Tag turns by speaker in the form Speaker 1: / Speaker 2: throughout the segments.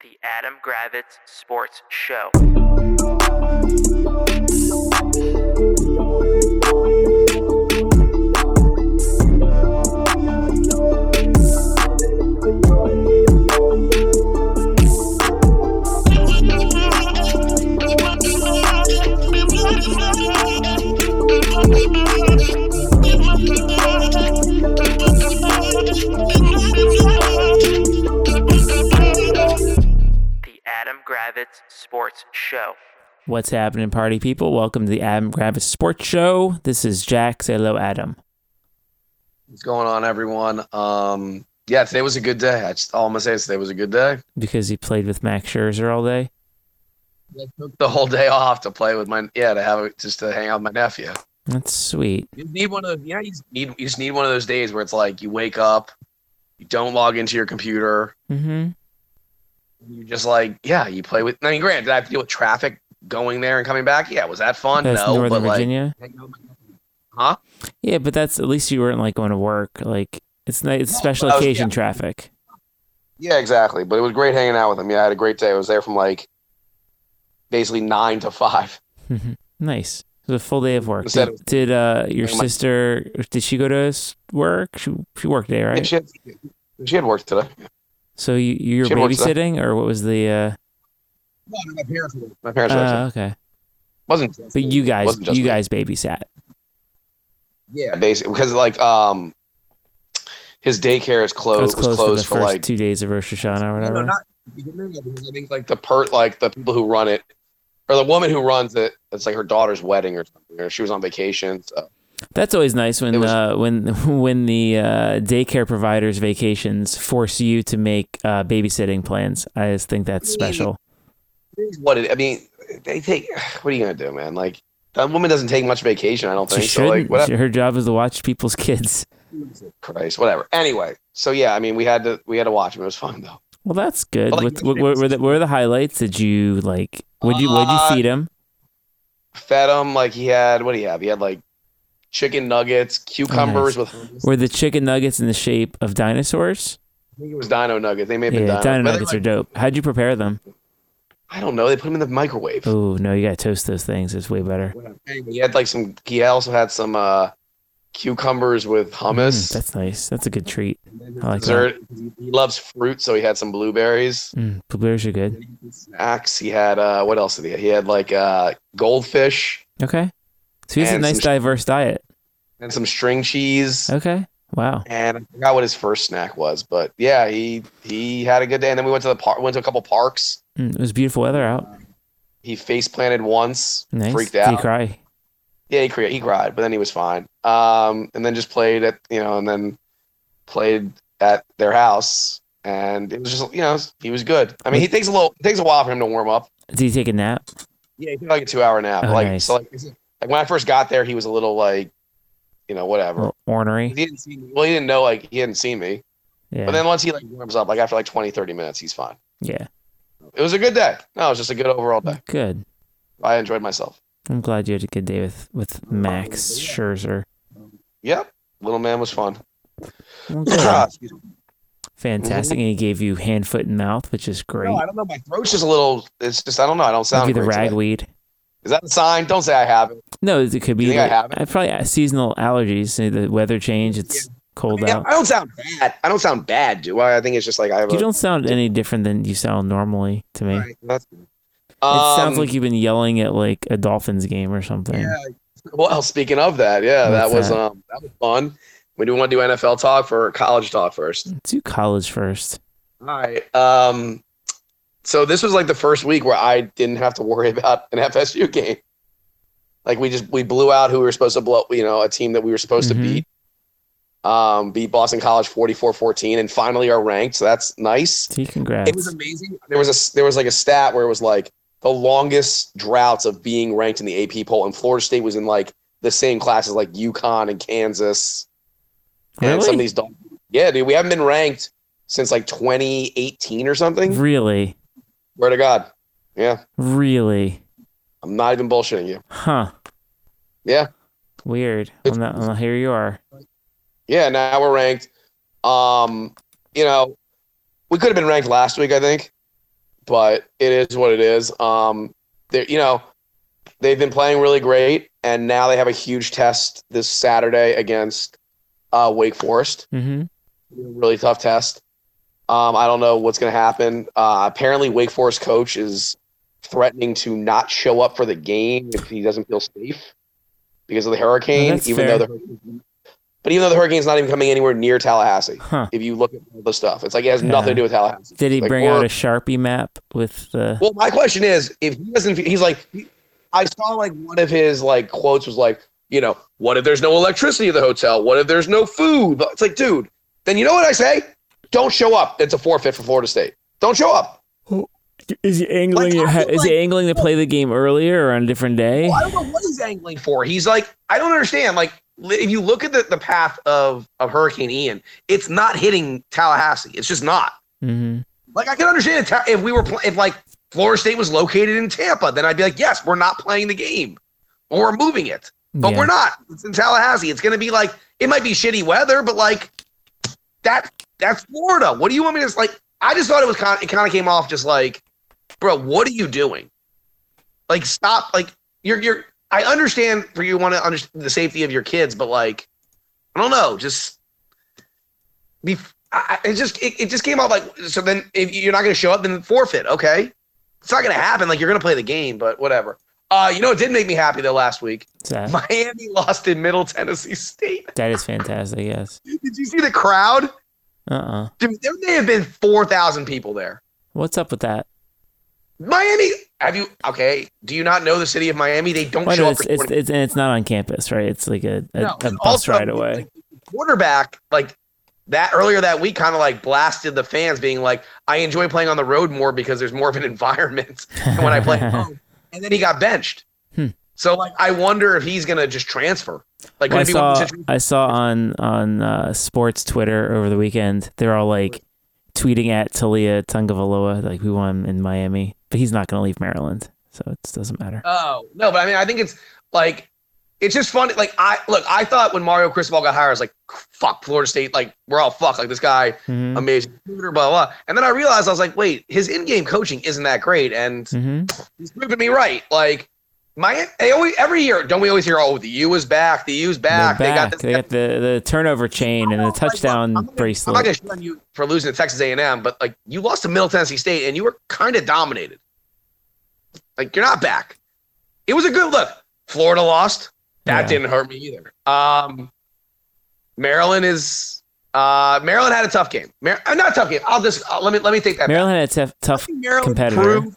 Speaker 1: The Adam Gravitz Sports Show. The Adam Gravitz Sports Show.
Speaker 2: What's happening, party people? Welcome to the Adam Gravis Sports Show. This is Jack. Say hello, Adam.
Speaker 3: What's going on, everyone? Um, yeah, today was a good day. I just all I'm gonna say is today was a good day.
Speaker 2: Because he played with Max Scherzer all day.
Speaker 3: I took the whole day off to play with my yeah to have it just to hang out with my nephew.
Speaker 2: That's sweet.
Speaker 3: You need one of those, yeah. You just need you just need one of those days where it's like you wake up, you don't log into your computer,
Speaker 2: Mm-hmm.
Speaker 3: you just like yeah, you play with. I mean, granted, did I have to deal with traffic going there and coming back? Yeah, was that fun?
Speaker 2: That's
Speaker 3: no,
Speaker 2: Northern
Speaker 3: but
Speaker 2: Virginia.
Speaker 3: like,
Speaker 2: Yeah, but that's at least you weren't like going to work. Like it's not, it's special
Speaker 3: but I was-
Speaker 2: occasion
Speaker 3: yeah.
Speaker 2: traffic.
Speaker 3: yeah, exactly. But it was great hanging out with him. Yeah, I had a great day. I was there from like basically nine to five.
Speaker 2: Nice. It was a full day of work.
Speaker 3: Instead
Speaker 2: Did, did uh, your
Speaker 3: Yeah, my-
Speaker 2: sister? Did she go to s- work? She she worked today, right?
Speaker 3: she had, she had work today.
Speaker 2: so you you were
Speaker 3: she worked today.
Speaker 2: babysitting, or what was the?
Speaker 3: my parents. were- My
Speaker 2: Uh,
Speaker 3: parents. were upset.
Speaker 2: uh, okay,
Speaker 3: wasn't.
Speaker 2: but you guys
Speaker 3: Wasn't just
Speaker 2: you
Speaker 3: me.
Speaker 2: guys babysat.
Speaker 3: Yeah, basically because like um, his daycare
Speaker 2: It was
Speaker 3: is
Speaker 2: closed,
Speaker 3: closed. Was
Speaker 2: for the
Speaker 3: closed for,
Speaker 2: first
Speaker 3: like
Speaker 2: two days of Rosh Hashanah or
Speaker 3: No,
Speaker 2: whatever.
Speaker 3: no, not- I think like the per like the people who run it or the woman who runs it. It's like her daughter's wedding or something. Or she was on vacation. So
Speaker 2: That's always nice when
Speaker 3: It was-
Speaker 2: uh, when when the uh, daycare providers' vacations force you to make uh, babysitting plans. I just think that's special.
Speaker 3: Here's what it, I mean, they take. What are you gonna do, man? Like that woman doesn't take much vacation. I don't
Speaker 2: She
Speaker 3: think so. Like
Speaker 2: shouldn't.
Speaker 3: whatever.
Speaker 2: Her job is to watch people's kids.
Speaker 3: Christ, whatever. Anyway, so yeah, I mean, we had to we had to watch him. It was fun though.
Speaker 2: Well, that's good.
Speaker 3: Well, like,
Speaker 2: what, what, what, were the, what were the highlights? Did you like? Would you would you
Speaker 3: Uh,
Speaker 2: feed him?
Speaker 3: Fed him like he had. What do you have? He had like chicken nuggets, cucumbers with.
Speaker 2: Were the chicken nuggets in the shape of dinosaurs?
Speaker 3: I think it was Dino Nuggets. They may have been
Speaker 2: Yeah,
Speaker 3: Dino,
Speaker 2: dino
Speaker 3: but they,
Speaker 2: nuggets
Speaker 3: like,
Speaker 2: are dope. How'd you prepare them?
Speaker 3: I don't know. They put them in the microwave.
Speaker 2: Oh no, you gotta toast those things. It's way better.
Speaker 3: Whatever. Anyway, he had like some. He also had some uh, cucumbers with
Speaker 2: Mm,
Speaker 3: hummus.
Speaker 2: that's nice. That's a good treat. I like that.
Speaker 3: dessert. He loves fruit, so he had some blueberries.
Speaker 2: Mm, blueberries are good.
Speaker 3: Snacks. He had uh, what else did he? Have? He had like uh, goldfish
Speaker 2: Okay, so he's a
Speaker 3: And
Speaker 2: nice
Speaker 3: some-
Speaker 2: diverse diet.
Speaker 3: and some string cheese.
Speaker 2: Okay. Wow.
Speaker 3: And I forgot what his first snack was, but yeah, he he had a good day. And then we went to the park. Went to a couple parks.
Speaker 2: Mm, it was beautiful weather out.
Speaker 3: He face planted once,
Speaker 2: Nice.
Speaker 3: freaked
Speaker 2: Did
Speaker 3: out.
Speaker 2: you cry?
Speaker 3: Yeah, he cried. He cried, but then he was fine. Um, and then just played at you know, and then played at their house, and it was just you know he was good. I mean, he takes a little it takes a while for him to warm up.
Speaker 2: Did you take a nap?
Speaker 3: Yeah, he took like a two hour nap.
Speaker 2: Oh,
Speaker 3: like
Speaker 2: nice.
Speaker 3: so, like, like when I first got there, he was a little like, you know, whatever.
Speaker 2: Or ornery?
Speaker 3: He didn't see me. Well, he didn't know like he hadn't seen me.
Speaker 2: Yeah.
Speaker 3: But then once he like warms up, like after like 20, 30 minutes, he's fine.
Speaker 2: yeah.
Speaker 3: It was a good day. No, it was just a good overall day.
Speaker 2: Good.
Speaker 3: I enjoyed myself.
Speaker 2: I'm glad you had a good day with, with Max Scherzer.
Speaker 3: Yep, little man was fun. Ah,
Speaker 2: Well, good.
Speaker 3: Excuse me.
Speaker 2: Fantastic. And he gave you hand, foot, and mouth, which is great.
Speaker 3: No, I don't know. My throat's just a little. It's just I don't know. I don't
Speaker 2: Could
Speaker 3: sound.
Speaker 2: be the
Speaker 3: great today.
Speaker 2: ragweed.
Speaker 3: Is that a sign? Don't say I have it.
Speaker 2: No, it could be
Speaker 3: think I
Speaker 2: the-
Speaker 3: have it?
Speaker 2: uh, probably uh, seasonal allergies. uh, The weather change. It's cold
Speaker 3: Yeah,
Speaker 2: out.
Speaker 3: I don't sound bad. I don't sound bad, do I? I think it's just like I have.
Speaker 2: You
Speaker 3: a,
Speaker 2: don't sound any different than you sound normally to me.
Speaker 3: Right, that's good.
Speaker 2: It sounds
Speaker 3: Um,
Speaker 2: like you've been yelling at like a Dolphins game or something.
Speaker 3: Yeah. Well, speaking of that, yeah,
Speaker 2: What's
Speaker 3: that was
Speaker 2: that?
Speaker 3: um that was fun. We do want to do NFL talk for college talk first.
Speaker 2: Do college first.
Speaker 3: All right. Um, so this was like the first week where I didn't have to worry about an FSU game. Like we just we blew out who we were supposed to blow, you know, a team that we were supposed
Speaker 2: Mhm.
Speaker 3: to beat. Um, beat Boston College 44-14 and finally are ranked, so that's nice.
Speaker 2: See, congrats.
Speaker 3: It was amazing. There was a there was like a stat where it was like the longest droughts of being ranked in the AP poll and Florida State was in like the same class as like UConn and Kansas. And some of
Speaker 2: really?
Speaker 3: these don't. Yeah, dude, we haven't been ranked since like 2018 or something.
Speaker 2: Really?
Speaker 3: Swear to God. Yeah,
Speaker 2: Really?
Speaker 3: I'm not even bullshitting you.
Speaker 2: Huh.
Speaker 3: Yeah,
Speaker 2: Weird.
Speaker 3: It's-
Speaker 2: Well, no, well, here you are.
Speaker 3: yeah. Now we're ranked. Um, you know, we could have been ranked last week, I think, but it is what it is. Um, they you know they've been playing really great, and now they have a huge test this Saturday against uh, Wake Forest.
Speaker 2: Mm-hmm.
Speaker 3: Really tough test. Um, I don't know what's going to happen. Uh, apparently, Wake Forest coach is threatening to not show up for the game if he doesn't feel safe because of the hurricane.
Speaker 2: that's
Speaker 3: even
Speaker 2: fair.
Speaker 3: though the hurricane, but even though the hurricane's not even coming anywhere near Tallahassee,
Speaker 2: Huh.
Speaker 3: if you look at all the stuff, it's like it has
Speaker 2: Yeah.
Speaker 3: nothing to do with Tallahassee.
Speaker 2: Did he
Speaker 3: Like,
Speaker 2: bring
Speaker 3: we're-
Speaker 2: out a Sharpie map with the?
Speaker 3: Well, my question is, if he doesn't, he's like, I saw like one of his like quotes was like, you know, what if there's no electricity at the hotel? What if there's no food? It's like, dude, then you know what I say? Don't show up. It's a forfeit for Florida State. Don't show up.
Speaker 2: Is he angling?
Speaker 3: Like, I feel
Speaker 2: is he angling to play the game earlier or on a different day?
Speaker 3: Well, I don't know what he's angling for. He's like, I don't understand. Like, li- if you look at the, the path of, of Hurricane Ian, it's not hitting Tallahassee. It's just not.
Speaker 2: Mm-hmm.
Speaker 3: Like I can understand if, Ta- if we were pl- if like Florida State was located in Tampa, then I'd be like, yes, we're not playing the game, or we're moving it, but
Speaker 2: Yeah.
Speaker 3: we're not. It's in Tallahassee. It's going to be like it might be shitty weather, but like that that's Florida. What do you want me to s- like? I just thought it was kind. It kind of came off just like, bro, what are you doing? Like stop. Like you're you're. I understand for you want to understand the safety of your kids, but like, I don't know. Just be I, I- it just it, it just came out like so then if you're not going to show up then forfeit okay it's not going to happen like you're going to play the game but whatever uh you know it did make me happy though last week
Speaker 2: What's that?
Speaker 3: miami lost in middle tennessee state
Speaker 2: that is fantastic. Yes.
Speaker 3: did you see the crowd
Speaker 2: Uh. uh
Speaker 3: dude there may have been 4000 people there
Speaker 2: What's up with that?
Speaker 3: miami have you okay do you not know the city of miami they don't
Speaker 2: Why
Speaker 3: show
Speaker 2: no,
Speaker 3: up
Speaker 2: it's,
Speaker 3: for
Speaker 2: it's,
Speaker 3: 20
Speaker 2: it's and it's not on campus, right? It's like a, a,
Speaker 3: No,
Speaker 2: a
Speaker 3: and
Speaker 2: bus
Speaker 3: also,
Speaker 2: ride away.
Speaker 3: like, quarterback like that earlier that week kind of like blasted the fans being like i enjoy playing on the road more because there's more of an environment than when i play at home and then he got benched
Speaker 2: Hmm.
Speaker 3: so like i wonder if he's gonna just transfer like
Speaker 2: Well, I
Speaker 3: gonna be one of
Speaker 2: saw
Speaker 3: those situations-
Speaker 2: I saw on on uh, sports Twitter over the weekend they're all like tweeting at Talia Tungavaloa like we want him in Miami, but he's not going to leave Maryland, so it doesn't matter.
Speaker 3: oh no but i mean i think it's like it's just funny like i look i thought when mario cristobal got hired i was like fuck florida state like we're all fucked like this guy
Speaker 2: Mm-hmm.
Speaker 3: amazing shooter, blah blah and then i realized i was like wait his in-game coaching isn't that great and
Speaker 2: Mm-hmm.
Speaker 3: he's proving me right. Like my they always every year don't we always hear oh the U is back, the U's back.
Speaker 2: They're back.
Speaker 3: this-
Speaker 2: They got the, the turnover chain and the
Speaker 3: like,
Speaker 2: touchdown
Speaker 3: I'm not- I'm
Speaker 2: bracelet.
Speaker 3: not gonna shit on you for losing to Texas A&M, but like you lost to Middle Tennessee State and you were kind of dominated. Like you're not back. It was a good look. Florida lost. That
Speaker 2: Yeah.
Speaker 3: didn't hurt me either. Um, Maryland is uh, Maryland had a tough game. Mar- uh, not a tough game. I'll just uh, let me let me take that. back.
Speaker 2: Maryland had a tough, tough
Speaker 3: Maryland
Speaker 2: competitor.
Speaker 3: proved-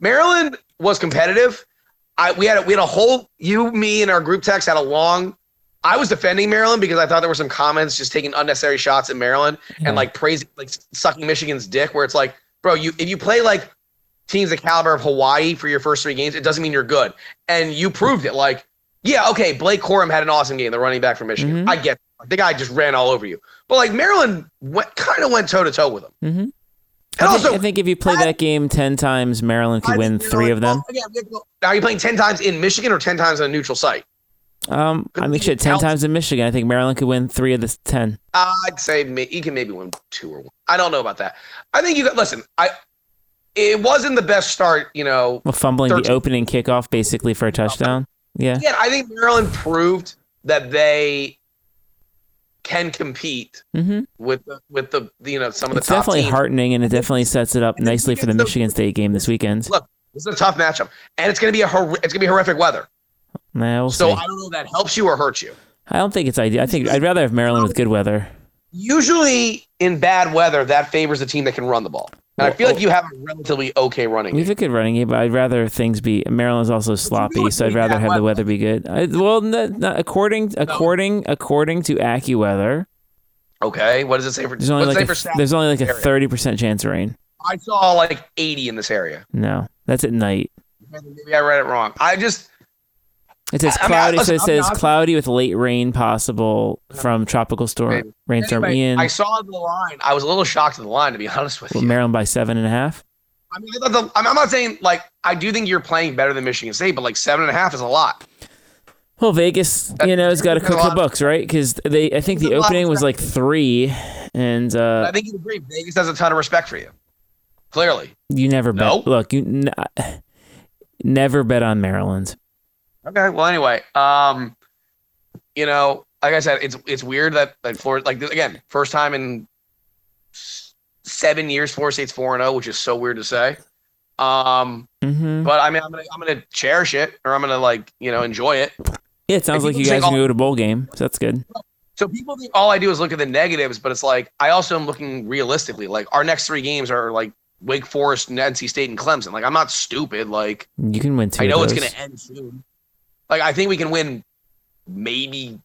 Speaker 3: Maryland was competitive. I we had a, we had a whole you me and our group text had a long. I was defending Maryland because I thought there were some comments just taking unnecessary shots at Maryland
Speaker 2: Yeah.
Speaker 3: and like praising like sucking Michigan's dick. Where it's like, bro, you if you play like teams the caliber of Hawaii for your first three games, it doesn't mean you're good. And you proved it. Like, yeah, okay, Blake Corum had an awesome game, the running back from Michigan.
Speaker 2: Mhm.
Speaker 3: I get that. the guy just ran all over you, but like Maryland went kind of went toe to toe with him.
Speaker 2: Mhm.
Speaker 3: And
Speaker 2: I, think,
Speaker 3: also,
Speaker 2: I think if you play that game ten times, Maryland could win three of them.
Speaker 3: now, are you playing 10 times in Michigan or 10 times on a neutral site?
Speaker 2: Um, I mean, shit, ten times in Michigan. I think Maryland could win three of the ten.
Speaker 3: I'd say ma- you can maybe win two or one. I don't know about that. I think you got, listen, I, it wasn't the best start, you know.
Speaker 2: Well, fumbling the
Speaker 3: 13.
Speaker 2: opening kickoff basically for a touchdown. Yeah.
Speaker 3: Again, I think Maryland proved that they can compete
Speaker 2: Mm-hmm.
Speaker 3: with the, with the, you know, some of the
Speaker 2: It's
Speaker 3: top
Speaker 2: definitely
Speaker 3: teams.
Speaker 2: heartening, and it definitely sets it up
Speaker 3: And then
Speaker 2: nicely
Speaker 3: you
Speaker 2: for the
Speaker 3: get the-
Speaker 2: Michigan State game this weekend.
Speaker 3: Look, This is a tough matchup, and it's going to be a hor- it's going to be horrific weather.
Speaker 2: Nah, we'll
Speaker 3: so
Speaker 2: see.
Speaker 3: I don't know if that helps you or hurts you.
Speaker 2: I don't think it's ideal. I think I'd rather have Maryland with good weather.
Speaker 3: Usually in bad weather, that favors the team that can run the ball, and I feel
Speaker 2: oh.
Speaker 3: like you have a relatively okay running.
Speaker 2: We have
Speaker 3: game.
Speaker 2: a good running game, but I'd rather things be. Maryland's also sloppy,
Speaker 3: would
Speaker 2: so I'd
Speaker 3: need
Speaker 2: rather
Speaker 3: that
Speaker 2: have the weather
Speaker 3: weather.
Speaker 2: be good. I, well, no, no, according according according to AccuWeather,
Speaker 3: Okay, what does it say for?
Speaker 2: there's only
Speaker 3: What's it say
Speaker 2: like
Speaker 3: for
Speaker 2: a,
Speaker 3: stats?
Speaker 2: there's only like a
Speaker 3: area?
Speaker 2: thirty percent chance of rain.
Speaker 3: I saw like 80 in this area.
Speaker 2: No, that's at night.
Speaker 3: Maybe I read it wrong. I just
Speaker 2: It says
Speaker 3: I mean, I-
Speaker 2: cloudy. so
Speaker 3: listen,
Speaker 2: it
Speaker 3: I'm
Speaker 2: says
Speaker 3: not-
Speaker 2: cloudy with late rain possible from tropical
Speaker 3: Maybe.
Speaker 2: storm rainstorm
Speaker 3: anyway,
Speaker 2: Ian.
Speaker 3: I saw the line. I was a little shocked at the line, to be honest with you.
Speaker 2: Maryland by seven and a half.
Speaker 3: I mean, I thought the, I'm I'm not saying like I do think you're playing better than Michigan State, but like seven and a half is a lot.
Speaker 2: Well, Vegas, you know, has got to cook the books, right? Because they, I think the opening was like three, and
Speaker 3: I
Speaker 2: uh,
Speaker 3: think you agree. Vegas has a ton of respect for you. Clearly.
Speaker 2: You never bet.
Speaker 3: Nope.
Speaker 2: Look, you n- never bet on Maryland.
Speaker 3: Okay. Well, anyway, um, you know, like I said, it's it's weird that that Florida, like again, first time in s- seven years, Florida State's four and zero, which is so weird to say. Um,
Speaker 2: hmm
Speaker 3: but I mean, I'm gonna I'm gonna cherish it, or I'm gonna like you know enjoy it.
Speaker 2: Yeah, it sounds
Speaker 3: If
Speaker 2: like you
Speaker 3: you take
Speaker 2: guys can
Speaker 3: all-
Speaker 2: go to bowl game. So that's good.
Speaker 3: So people think all I do is look at the negatives, but it's like I also am looking realistically. Like our next three games are like Wake Forest, NC State, and Clemson. Like I'm not stupid. Like
Speaker 2: You can win two.
Speaker 3: I
Speaker 2: of
Speaker 3: know it's
Speaker 2: those.
Speaker 3: going to end soon. Like I think we can win. Maybe,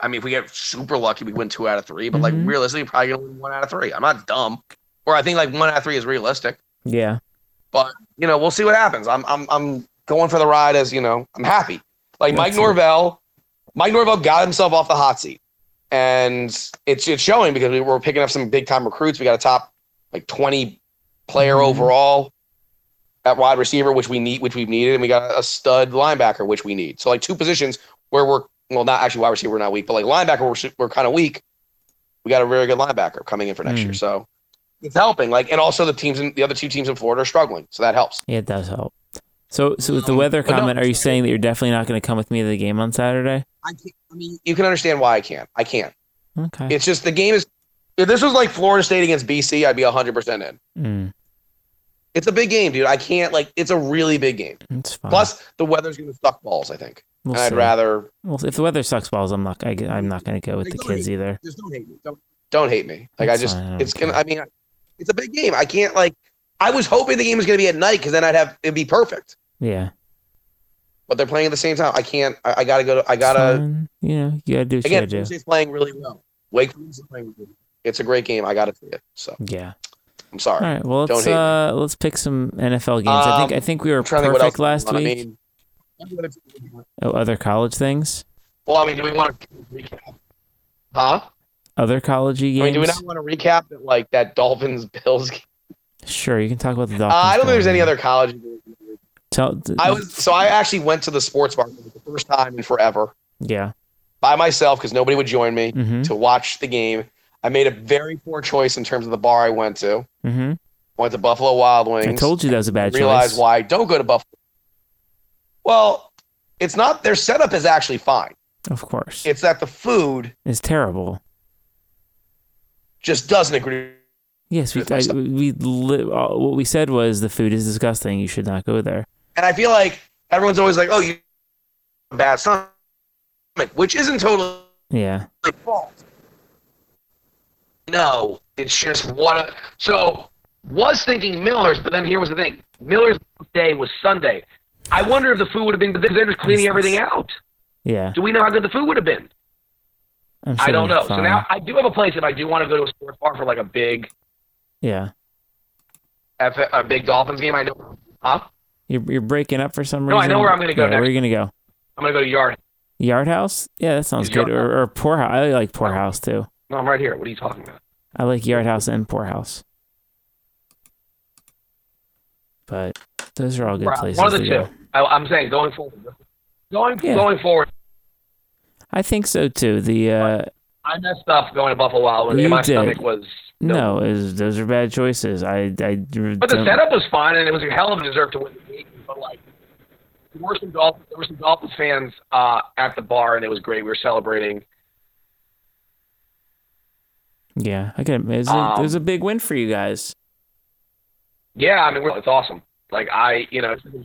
Speaker 3: I mean, if we get super lucky, we win two out of three. But
Speaker 2: Mhm.
Speaker 3: like realistically, probably gonna win one out of three. I'm not dumb, or I think like one out of three is realistic.
Speaker 2: Yeah.
Speaker 3: You know, we'll see what happens. I'm I'm I'm going for the ride as you know. I'm happy. Like Mike
Speaker 2: That's it.
Speaker 3: Norvell, Mike Norvell got himself off the hot seat, and it's it's showing because we were picking up some big time recruits. We got a top like 20 player
Speaker 2: Mhm.
Speaker 3: overall at wide receiver, which we need, which we've needed, and we got a stud linebacker, which we need. So like two positions where we're well, not actually wide receiver, we're not weak, but like linebacker, we're, we're kind of weak. We got a very good linebacker coming in for next
Speaker 2: Mm.
Speaker 3: year, so it's helping. Like, and also the teams, in, the other two teams in Florida are struggling, so that helps.
Speaker 2: Yeah, it does help. So, so with the
Speaker 3: Um,
Speaker 2: weather
Speaker 3: but no,
Speaker 2: comment, are you
Speaker 3: it's-
Speaker 2: saying that you're definitely not going to come with me to the game on Saturday?
Speaker 3: I can't. I mean, you can understand why I can't. I can't.
Speaker 2: Okay.
Speaker 3: It's just the game is. If this was like Florida State against BC, I'd be 100% in.
Speaker 2: Mm,
Speaker 3: It's a big game, dude. I can't, like, it's a really big game.
Speaker 2: it's fine.
Speaker 3: Plus, the weather's going to suck balls, I think.
Speaker 2: we'll
Speaker 3: and I'd
Speaker 2: see.
Speaker 3: rather
Speaker 2: Well, if the weather sucks balls, I'm not. I, am not going to go with the kids either.
Speaker 3: just don't hate me. Don't, don't hate me. Like
Speaker 2: That's
Speaker 3: I just,
Speaker 2: fine, I don't
Speaker 3: it's gonna.
Speaker 2: care.
Speaker 3: I mean, it's a big game. I can't like. I was hoping the game was gonna be at night because then I'd have it'd be perfect.
Speaker 2: Yeah.
Speaker 3: But they're playing at the same time. I can't. I, I gotta go. To, I
Speaker 2: it's
Speaker 3: gotta
Speaker 2: fine. You know, you got to do what
Speaker 3: again.
Speaker 2: you got to do.
Speaker 3: Tuesday's playing really well. Wake Forest is playing really well. It's a great game. I gotta see it. So
Speaker 2: Yeah.
Speaker 3: I'm
Speaker 2: All
Speaker 3: sorry.
Speaker 2: right. Well,
Speaker 3: Don't
Speaker 2: let's
Speaker 3: hate me.
Speaker 2: uh, let's pick some NFL games. I think
Speaker 3: Um,
Speaker 2: I think we were
Speaker 3: I'm trying to think what
Speaker 2: perfect
Speaker 3: else is going
Speaker 2: last
Speaker 3: on. I
Speaker 2: week.
Speaker 3: mean, every other team-
Speaker 2: oh, other college things.
Speaker 3: well, I mean, do we want to recap? Huh?
Speaker 2: Other college games.
Speaker 3: I mean, do we not want to recap that like that Dolphins Bills game?
Speaker 2: Sure, you can talk about the
Speaker 3: Uh,
Speaker 2: Dolphins.
Speaker 3: I don't think there's
Speaker 2: going.
Speaker 3: any other college. game.
Speaker 2: Tell,
Speaker 3: I was so I actually went to the sports bar for the first time in forever
Speaker 2: Yeah.
Speaker 3: by myself because nobody would join me
Speaker 2: hmm
Speaker 3: to watch the game. I made a very poor choice in terms of the bar I went to.
Speaker 2: hmm
Speaker 3: I went to Buffalo Wild Wings.
Speaker 2: I told you that was a bad
Speaker 3: realized
Speaker 2: choice.
Speaker 3: why I don't go to Buffalo. Well, it's not their setup is actually fine.
Speaker 2: Of course,
Speaker 3: It's that the food
Speaker 2: it's terrible.
Speaker 3: just doesn't agree.
Speaker 2: Yes, we
Speaker 3: It's my
Speaker 2: I,
Speaker 3: stuff.
Speaker 2: we li- uh, what we said was the food is disgusting. You should not go there.
Speaker 3: And I feel like everyone's always like, "Oh, you bad stomach," which isn't totally
Speaker 2: Yeah.
Speaker 3: my fault. No, it's just what. A, so was thinking Miller's, but then here was the thing: Miller's day was Sunday. I wonder if the food would have been, but they're just cleaning everything out.
Speaker 2: Yeah.
Speaker 3: Do we know how good the food would have been?
Speaker 2: I'm sure
Speaker 3: I don't
Speaker 2: they're
Speaker 3: know. So
Speaker 2: fine.
Speaker 3: now I do have a place if I do want to go to a sports bar for like a big,
Speaker 2: Yeah.
Speaker 3: F- a big Dolphins game. I know. Huh?
Speaker 2: You're, you're breaking up for some reason.
Speaker 3: No, I know where I'm gonna go
Speaker 2: Yeah, Where
Speaker 3: next.
Speaker 2: are you going to go?
Speaker 3: I'm gonna go to Yard.
Speaker 2: Yard House? Yeah, that sounds
Speaker 3: Is
Speaker 2: good.
Speaker 3: Yard
Speaker 2: Or, or Poor House. I like Poor House too.
Speaker 3: No, I'm right here. What are you talking about?
Speaker 2: I like Yard House and Poor House. But those are all good
Speaker 3: Right,
Speaker 2: places.
Speaker 3: One of the
Speaker 2: to
Speaker 3: two.
Speaker 2: go.
Speaker 3: I, I'm saying going forward. Going
Speaker 2: Yeah.
Speaker 3: going forward.
Speaker 2: I think so too. The uh,
Speaker 3: I messed up going to Buffalo Wild Wings.
Speaker 2: You
Speaker 3: and my
Speaker 2: did.
Speaker 3: stomach was
Speaker 2: no, is those are bad choices. I I
Speaker 3: But the
Speaker 2: don't-
Speaker 3: setup was fine, and it was a hell of a deserve to win the game. But like, there were some Dolphins, there were some Dolphins fans uh, at the bar, and it was great. We were celebrating.
Speaker 2: Yeah, I get it. It's a,
Speaker 3: Um,
Speaker 2: it was a big win for you guys.
Speaker 3: Yeah, I mean, we're, it's awesome. Like I, you know, it's-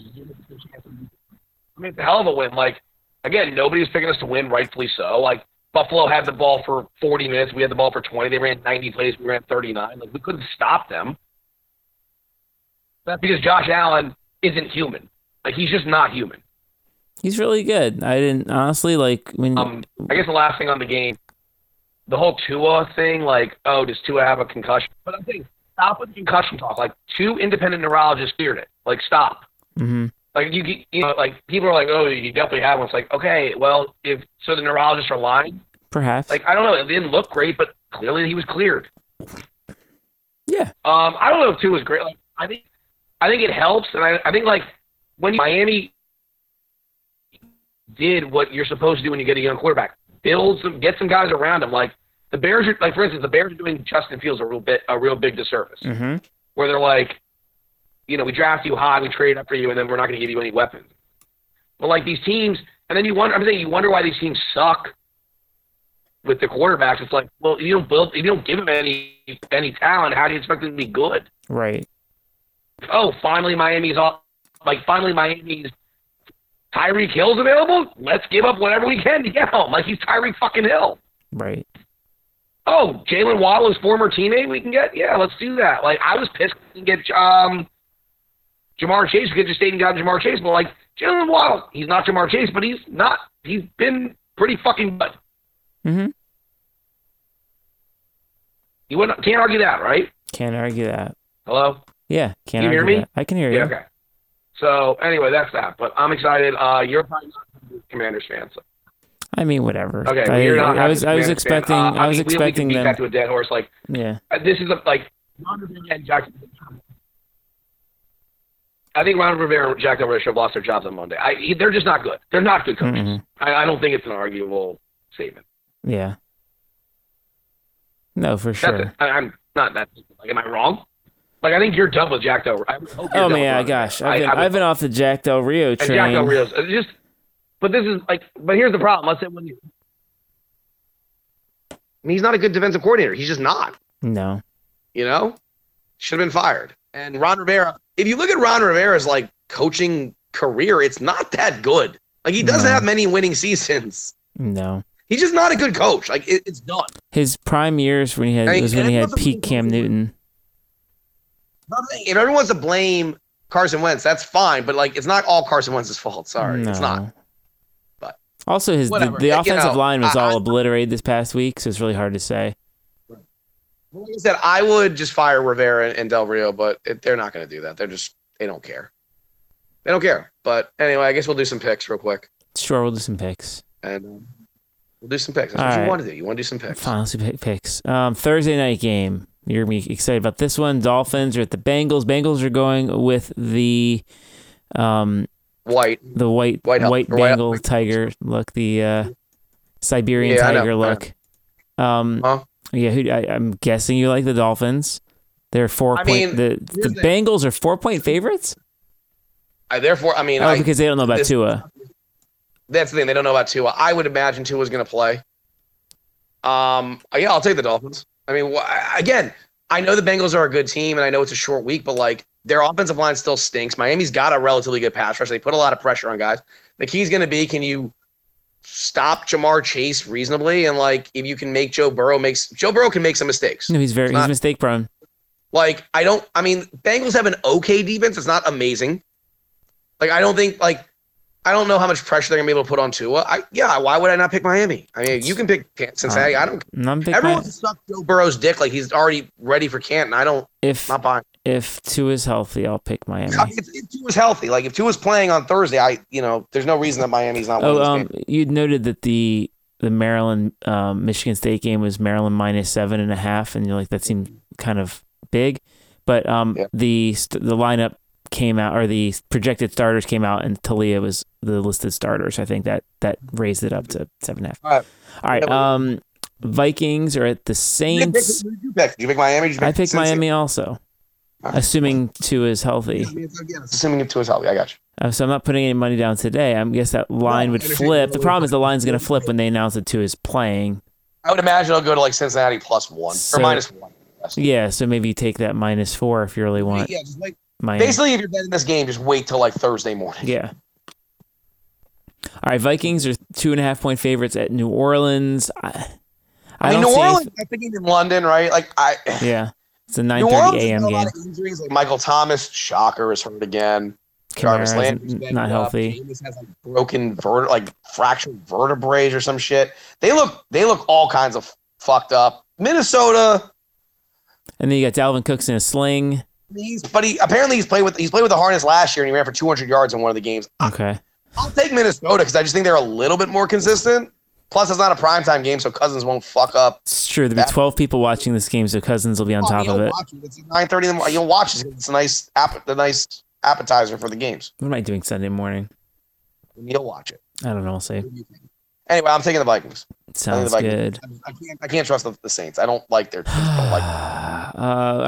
Speaker 3: I mean, it's a hell of a win. Like again, nobody was picking us to win, rightfully so. Like Buffalo had the ball for 40 minutes, we had the ball for 20. They ran 90 plays, we ran 39. Like we couldn't stop them. That's because Josh Allen isn't human. Like he's just not human.
Speaker 2: He's really good. I didn't honestly like when.
Speaker 3: Um, I guess the last thing on the game, the whole Tua thing, like, oh, does Tua have a concussion? But I'm saying, stop with the concussion talk. Like, two independent neurologists cleared it. Like, stop.
Speaker 2: hmm
Speaker 3: Like, you, get- you know, like people are like, oh, you definitely have one. It's like, okay, well, if so, the neurologists are lying.
Speaker 2: Perhaps.
Speaker 3: Like, I don't know. It didn't look great, but clearly he was cleared.
Speaker 2: yeah.
Speaker 3: Um, I don't know if two was great. Like, I think, I think it helps, and I, I think like when Miami did what you're supposed to do when you get a young quarterback, build some, get some guys around him. Like the Bears, are, like for instance, the Bears are doing Justin Fields a real bit, a real big disservice,
Speaker 2: hmm
Speaker 3: where they're like,
Speaker 4: you know, we draft you high, we trade up for you, and then we're not going to give you any weapons. But like these teams, and then you wonder. I'm saying you wonder why these teams suck with the quarterbacks. It's like, well, you don't build, you don't give them any any talent. How do you expect them to be good?
Speaker 2: Right.
Speaker 4: Oh, finally Miami's all like finally Miami's Tyreek Hill's available. Let's give up whatever we can to get him. Like he's Tyreek fucking Hill.
Speaker 2: Right.
Speaker 4: Oh, Jalen Waddle's former teammate. We can get yeah. Let's do that. Like I was pissed we didn't get um Jamar Chase. We could just stayed and got Jamar Chase, but like Jalen Waddle, he's not Jamar Chase, but he's not. He's been pretty fucking good.
Speaker 2: Mm-hmm.
Speaker 4: You wouldn't, can't argue that, right?
Speaker 2: Can't argue that.
Speaker 4: Hello.
Speaker 2: Yeah. Can't
Speaker 4: You hear
Speaker 2: argue
Speaker 4: me?
Speaker 2: that. I can hear you.
Speaker 4: Yeah. Okay. So anyway, that's that. But I'm excited. Uh, you're probably not a Commanders fan. So.
Speaker 2: I mean, whatever.
Speaker 4: Okay.
Speaker 2: I,
Speaker 4: but you're not
Speaker 2: I was I was
Speaker 4: Commanders fan.
Speaker 2: expecting
Speaker 4: Uh,
Speaker 2: I was
Speaker 4: mean, we-
Speaker 2: expecting
Speaker 4: we, can beat
Speaker 2: them.
Speaker 4: that to a dead horse. Like
Speaker 2: Yeah.
Speaker 4: Uh, this is a, like Ron Rivera and Jack. I think Ron Rivera and Jack Del Rio should have lost their jobs on Monday. I, he- they're just not good. They're not good coaches.
Speaker 2: Mhm.
Speaker 4: I, I don't think it's an arguable statement.
Speaker 2: Yeah. No, for
Speaker 4: That's
Speaker 2: sure.
Speaker 4: it. I, I'm not that. Like, am I wrong? Like, I think you're done with Jack Del Rio. I would hope you're
Speaker 2: Oh
Speaker 4: done with
Speaker 2: man,
Speaker 4: Ron
Speaker 2: gosh,
Speaker 4: Rivera.
Speaker 2: I've been,
Speaker 4: I, I would-
Speaker 2: I've been off the Jack Del Rio
Speaker 4: and Jack Del
Speaker 2: train.
Speaker 4: Rio's it's just. But this is like. But here's the problem. Let's say when you.
Speaker 3: I mean, he's not a good defensive coordinator. He's just not.
Speaker 2: No,
Speaker 3: You know, should have been fired. And Ron Rivera. If you look at Ron Rivera's like coaching career, it's not that good. Like he doesn't
Speaker 2: No.
Speaker 3: have many winning seasons.
Speaker 2: no.
Speaker 3: He's just not a good coach. Like it, it's done.
Speaker 2: His prime years when he had
Speaker 3: I mean,
Speaker 2: was when he had
Speaker 3: Edwards was
Speaker 2: peak Cam Newton.
Speaker 3: Nothing- If everyone wants to blame Carson Wentz, that's fine. But like, it's not all Carson Wentz's fault. Sorry, it's not.
Speaker 2: No.
Speaker 3: But-
Speaker 2: also, his the,
Speaker 3: Whatever.
Speaker 2: the
Speaker 3: You
Speaker 2: offensive
Speaker 3: know,
Speaker 2: line was
Speaker 3: I-
Speaker 2: all
Speaker 3: I-
Speaker 2: obliterated this past week, so it's really hard to say.
Speaker 3: Like I said, I would just fire Rivera and Del Rio, but it, they're not going to do that. They're just they don't care. They don't care. But anyway, I guess we'll do some picks real quick,
Speaker 2: Sure, we'll do some picks.
Speaker 3: and um, we'll do some picks. That's
Speaker 2: All
Speaker 3: what
Speaker 2: right.
Speaker 3: you want to do. You want to do some picks.
Speaker 2: Final two pick picks. Um, Thursday night game. You're gonna be excited about this one. Dolphins are at the Bengals. Bengals are going with the um,
Speaker 3: White.
Speaker 2: the white
Speaker 3: White
Speaker 2: white,
Speaker 3: Hel- or White-
Speaker 2: Bengal tiger look, the uh, Siberian
Speaker 3: Yeah, I know,
Speaker 2: tiger
Speaker 3: I know.
Speaker 2: look. Um,
Speaker 3: Huh?
Speaker 2: yeah, who, I, I'm guessing you like the Dolphins. They're four
Speaker 3: I
Speaker 2: point.
Speaker 3: mean,
Speaker 2: the
Speaker 3: here's
Speaker 2: the
Speaker 3: the-
Speaker 2: Bengals are four point favorites.
Speaker 3: I, therefore, I mean,
Speaker 2: Oh,
Speaker 3: I,
Speaker 2: because they don't know about
Speaker 3: this-
Speaker 2: Tua.
Speaker 3: that's the thing. They don't know about Tua. I would imagine Tua's going to play. Um, yeah, I'll take the Dolphins. I mean, wh- again, I know the Bengals are a good team, and I know it's a short week, but like their offensive line still stinks. Miami's got a relatively good pass rush. They put a lot of pressure on guys. The key's going to be can you stop Jamar Chase reasonably, and like if you can make Joe Burrow makes Joe Burrow can make some mistakes.
Speaker 2: No, he's very
Speaker 3: It's not-
Speaker 2: he's mistake prone.
Speaker 3: Like, I don't, I mean, Bengals have an okay defense. It's not amazing. Like, I don't think, like, I don't know how much pressure they're going to be able to put on Tua. I, yeah, why would I not pick Miami? I mean, you can pick Can- Cincinnati. I don't,
Speaker 2: And I'm big
Speaker 3: everyone
Speaker 2: fan-
Speaker 3: sucked Joe Burrow's dick. Like, he's already ready for Canton. I don't,
Speaker 2: if
Speaker 3: not buying.
Speaker 2: if Tua's healthy, I'll pick Miami.
Speaker 3: I mean, If, if Tua's healthy, like, if Tua's playing on Thursday, I, you know, there's no reason that Miami's not winning
Speaker 2: Oh,
Speaker 3: this
Speaker 2: um,
Speaker 3: game.
Speaker 2: you noted that the the Maryland um, Michigan State game was Maryland minus seven and a half, and you're like that seemed kind of big, but um,
Speaker 3: Yeah.
Speaker 2: the st- the lineup came out or the projected starters came out, and Talia was the listed starters. I think that that raised it up to seven and a
Speaker 3: All right.
Speaker 2: half. All right,
Speaker 3: Yeah, but-
Speaker 2: um, Vikings are at the
Speaker 3: You pick,
Speaker 2: Saints.
Speaker 3: who did you pick? Did you pick Miami? Did you pick
Speaker 2: I picked
Speaker 3: Cincy?
Speaker 2: Miami also,
Speaker 3: All right.
Speaker 2: assuming two is healthy.
Speaker 3: Yeah, I mean, it's- again, it's Assuming if Tua's healthy, I got you.
Speaker 2: Uh, so I'm not putting any money down today. I guess that line would
Speaker 3: I understand
Speaker 2: flip.
Speaker 3: that
Speaker 2: The
Speaker 3: would-
Speaker 2: problem is the line's going to flip when they announce that two is playing.
Speaker 3: I would imagine it'll go to like Cincinnati plus one
Speaker 2: So-
Speaker 3: or minus one.
Speaker 2: Yeah, so maybe you take that minus four if you really want
Speaker 3: Yeah, just wait.
Speaker 2: Miami.
Speaker 3: Basically, if you're betting this game, just wait till like Thursday morning.
Speaker 2: Yeah. All right, Vikings are two and a half point favorites at New Orleans. I, I
Speaker 3: I, mean,
Speaker 2: don't
Speaker 3: New
Speaker 2: see any-
Speaker 3: Orleans, I think he's in London, right? Like I,
Speaker 2: yeah, it's a
Speaker 3: New
Speaker 2: 9:30
Speaker 3: Orleans
Speaker 2: a.m.
Speaker 3: has a
Speaker 2: game.
Speaker 3: lot of injuries. Like Michael Thomas, shocker, is hurt again. Jarvis
Speaker 2: Kamara's
Speaker 3: Landry's
Speaker 2: n-
Speaker 3: banged
Speaker 2: not
Speaker 3: up.
Speaker 2: healthy.
Speaker 3: James has like broken vert, like fractured vertebrae or some shit. They look, they look all kinds of fucked up. Minnesota,
Speaker 2: And then you got Dalvin Cooks in a sling.
Speaker 3: he's, but he apparently he's played with he's played with the harness last year and he ran for 200 yards in one of the games.
Speaker 2: Okay.
Speaker 3: I'll take Minnesota because I just think they're a little bit more consistent. Plus, it's not a primetime game, so Cousins won't fuck up.
Speaker 2: It's true. There'll be 12 people watching this game, so Cousins will be on
Speaker 3: Oh,
Speaker 2: top
Speaker 3: you'll
Speaker 2: of it.
Speaker 3: watch It's nine thirty in the morning. You'll watch it. It's a nice, app, the nice appetizer for the games.
Speaker 2: What am I doing Sunday morning?
Speaker 3: You'll watch it.
Speaker 2: I don't know. I'll see.
Speaker 3: Anyway, I'm taking the Vikings.
Speaker 2: Sounds
Speaker 3: Vikings.
Speaker 2: good.
Speaker 3: I can't, I can't trust the, the Saints. I don't like their. I don't like.
Speaker 2: Uh,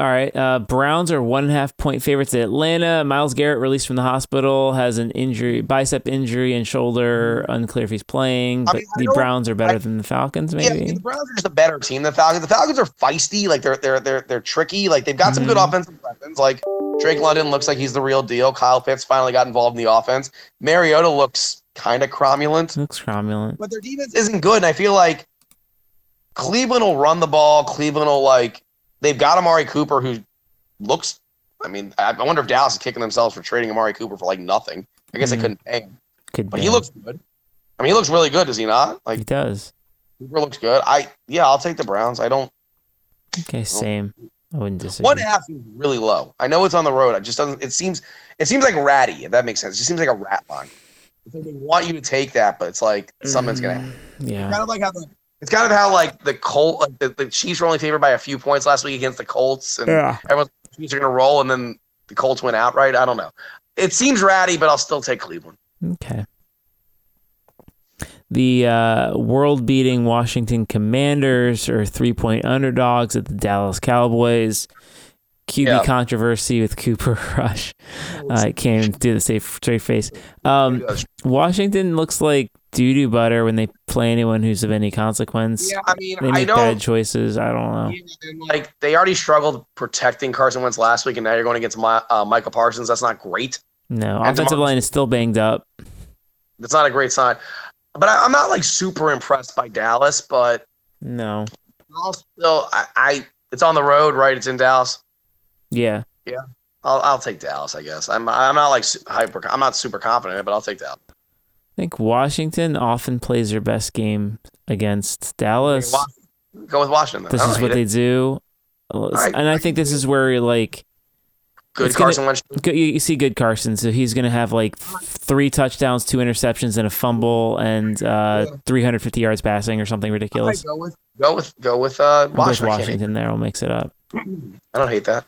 Speaker 2: all right. Uh, Browns are one and a half point favorites at Atlanta. Miles Garrett released from the hospital has an injury, bicep injury and shoulder. Unclear if he's playing,
Speaker 3: I
Speaker 2: but
Speaker 3: mean, I
Speaker 2: the
Speaker 3: don't-
Speaker 2: Browns are better than the Falcons,
Speaker 3: Yeah, I
Speaker 2: maybe.
Speaker 3: mean, the Browns are just a better team than the Falcons. The Falcons are feisty, like they're they're they're they're tricky. Like they've got some good
Speaker 2: Mhm.
Speaker 3: offensive weapons. Like Drake London looks like he's the real deal. Kyle Pitts finally got involved in the offense. Mariota looks kind of cromulent,
Speaker 2: Looks cromulent.
Speaker 3: but their defense isn't good. And I feel like Cleveland will run the ball. Cleveland will like they've got Amari Cooper who looks. I mean, I, I wonder if Dallas is kicking themselves for trading Amari Cooper for like nothing. I guess
Speaker 2: Mhm.
Speaker 3: they couldn't pay him,
Speaker 2: Could
Speaker 3: but
Speaker 2: be.
Speaker 3: he looks good. I mean, he looks really good, does he not? Like
Speaker 2: He does.
Speaker 3: Cooper looks good. I yeah, I'll take the Browns. I don't
Speaker 2: Okay, same. I wouldn't disagree.
Speaker 3: Oh. one half is really low. I know it's on the road. I just doesn't. It seems it seems like ratty. If that makes sense, it just seems like a rat line. It's like they want you to take that, but it's like something's gonna. Happen.
Speaker 2: Yeah.
Speaker 3: Kind of like how the, it's kind of how like the Colt like the, the Chiefs were only favored by a few points last week against the Colts, and
Speaker 2: Yeah.
Speaker 3: everyone's the Chiefs are gonna roll, and then the Colts went outright. I don't know. It seems ratty, but I'll still take Cleveland.
Speaker 2: Okay. The uh, world beating Washington Commanders are three point underdogs at the Dallas Cowboys. QB
Speaker 3: Yeah.
Speaker 2: controversy with Cooper Rush. I can't even do the safe straight face. Uh, Um, Washington looks like doo doo butter when they play anyone who's of any consequence.
Speaker 3: yeah, I mean,
Speaker 2: They
Speaker 3: I
Speaker 2: make
Speaker 3: don't.
Speaker 2: bad choices. I don't know.
Speaker 3: Yeah, and, like they already struggled protecting Carson Wentz last week, and now you're going against my, uh, Michael Parsons. That's not great.
Speaker 2: No,
Speaker 3: And
Speaker 2: offensive
Speaker 3: DeMar-
Speaker 2: line is still banged up.
Speaker 3: That's not a great sign. But I, I'm not like super impressed by Dallas. But
Speaker 2: No.
Speaker 3: I'll still, I, I it's on the road, right? It's in Dallas.
Speaker 2: Yeah.
Speaker 3: I'll, I'll take Dallas, I guess. I'm I'm not like su- hyper. I'm not super confident, in it, but I'll take Dallas.
Speaker 2: I think Washington often plays their best game against Dallas.
Speaker 3: Wa- Go with Washington.
Speaker 2: This
Speaker 3: Then. I
Speaker 2: is
Speaker 3: don't
Speaker 2: what
Speaker 3: hate
Speaker 2: they
Speaker 3: it.
Speaker 2: do. And I think this is where like
Speaker 3: good
Speaker 2: it's gonna-
Speaker 3: Carson Wentz.
Speaker 2: go- you you see good Carson, so he's going to have like th- three touchdowns, two interceptions, and a fumble, and uh, 350 yards passing or something ridiculous.
Speaker 3: Go with go with go with uh,
Speaker 2: We'll go with
Speaker 3: Washington. I can't hate-
Speaker 2: Washington there will mix it up.
Speaker 3: I don't hate that.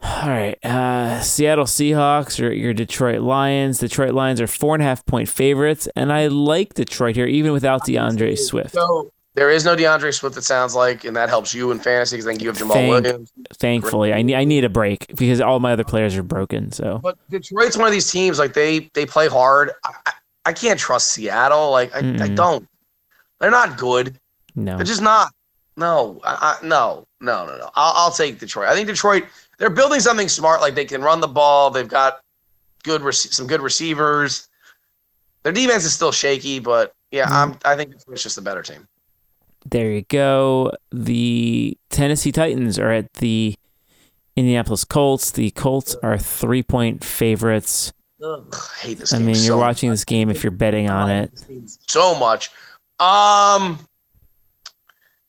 Speaker 2: All right, uh, Seattle Seahawks or your Detroit Lions. Detroit Lions are four and a half point favorites, and I like Detroit here, even without DeAndre Swift.
Speaker 3: So there is no DeAndre Swift. It sounds like, and that helps you in fantasy because then you have Jamal
Speaker 2: Thank-
Speaker 3: Williams.
Speaker 2: Thankfully, I need I need a break because all my other players are broken. So
Speaker 3: But Detroit's one of these teams like they they play hard. I, I, I can't trust Seattle. Like I, I
Speaker 2: Mm-mm.
Speaker 3: don't. They're not good.
Speaker 2: no,
Speaker 3: They're just not. No, I, I, no, no, no, no. I'll, I'll take Detroit. I think Detroit. They're building something smart. Like they can run the ball. They've got good rec- some good receivers. Their defense is still shaky, but
Speaker 2: Mm-hmm.
Speaker 3: yeah, I'm. I think Detroit's just a better team.
Speaker 2: There you go. The Tennessee Titans are at the Indianapolis Colts. The Colts are three point favorites.
Speaker 3: I hate this.
Speaker 2: I
Speaker 3: game
Speaker 2: mean,
Speaker 3: so
Speaker 2: you're
Speaker 3: much.
Speaker 2: watching this game if you're betting on it.
Speaker 3: so much. Um,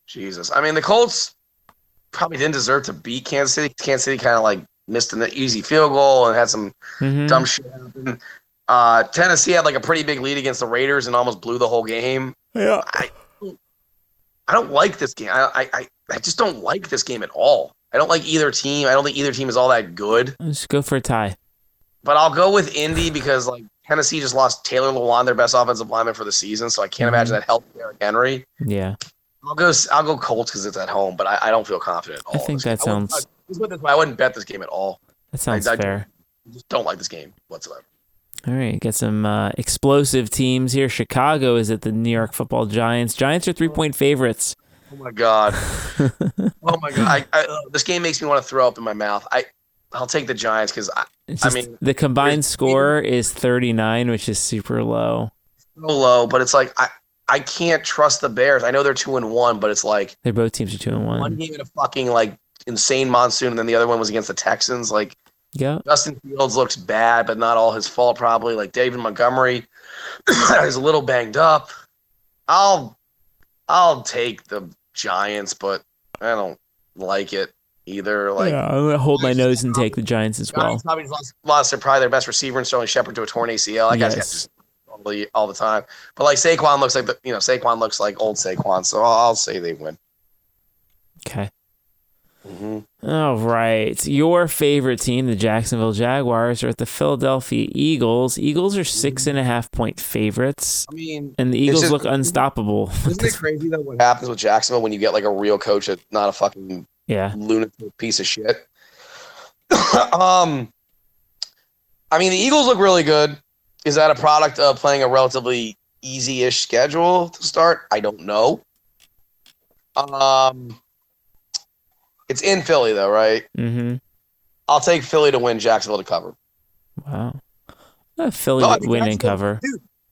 Speaker 3: Jesus. I mean, the Colts probably didn't deserve to beat Kansas City. Kansas City kind of like missed an easy field goal and had some
Speaker 2: Mhm.
Speaker 3: dumb shit happen. Uh, Tennessee had like a pretty big lead against the Raiders and almost blew the whole game.
Speaker 2: Yeah.
Speaker 3: I don't like this game. I, I- I, I just don't like this game at all. I don't like either team. I don't think either team is all that good.
Speaker 2: Let's go for a tie.
Speaker 3: But I'll go with Indy because like Tennessee just lost Taylor Lewan, their best offensive lineman for the season. So I
Speaker 2: Mm-hmm.
Speaker 3: can't imagine that helped Derrick Henry.
Speaker 2: Yeah.
Speaker 3: I'll go. I'll go Colts because it's at home, but I, I don't feel confident at all.
Speaker 2: I
Speaker 3: in
Speaker 2: think
Speaker 3: this game.
Speaker 2: that
Speaker 3: wouldn't-
Speaker 2: sounds-
Speaker 3: I, just put it this way, I wouldn't bet this game at all.
Speaker 2: That sounds
Speaker 3: I-
Speaker 2: fair.
Speaker 3: I just don't like this game whatsoever.
Speaker 2: All right. Got some uh, explosive teams here. Chicago is at the New York football Giants. Giants are three point favorites.
Speaker 3: Oh my god. oh my god. I, I, ugh, this game makes me want to throw up in my mouth. I I'll take the Giants because I
Speaker 2: It's
Speaker 3: I
Speaker 2: just-
Speaker 3: mean,
Speaker 2: the combined
Speaker 3: there's-
Speaker 2: score is 39, which is super low.
Speaker 3: so low, but it's like I I can't trust the Bears. I know they're two and one, but it's like
Speaker 2: They're both teams are two and
Speaker 3: one
Speaker 2: one.
Speaker 3: game in a fucking like insane monsoon, and then the other one was against the Texans. Like
Speaker 2: Yeah.
Speaker 3: Justin Fields looks bad, but not all his fault probably. Like David Montgomery is a little banged up. I'll I'll take the Giants, but I don't like it either. Like
Speaker 2: yeah, I'm gonna hold my nose and take the Giants as well.
Speaker 3: Giants probably just lost, lost their probably their best receiver and Sterling Shepard to a torn ACL. That guy's got
Speaker 2: Yes.
Speaker 3: just all the, all the time. But like Saquon looks like the you know Saquon looks like old Saquon, so I'll, I'll say they win.
Speaker 2: Okay. All right. Your favorite team, the Jacksonville Jaguars, are at the Philadelphia Eagles. Eagles are six and a half point favorites,
Speaker 3: I mean,
Speaker 2: and the Eagles
Speaker 3: just-
Speaker 2: look unstoppable.
Speaker 3: Isn't it crazy though what happens with Jacksonville when you get like a real coach that's not a fucking
Speaker 2: Yeah.
Speaker 3: lunatic piece of shit. um, I mean, the Eagles look really good. Is that a product of playing a relatively easy-ish schedule to start? I don't know. Um, it's in Philly though, right?
Speaker 2: Mm-hmm.
Speaker 3: I'll take Philly to win, Jacksonville to cover.
Speaker 2: Wow. Uh, Philly
Speaker 3: No, I
Speaker 2: would
Speaker 3: think
Speaker 2: win
Speaker 3: that's
Speaker 2: and
Speaker 3: the-
Speaker 2: cover.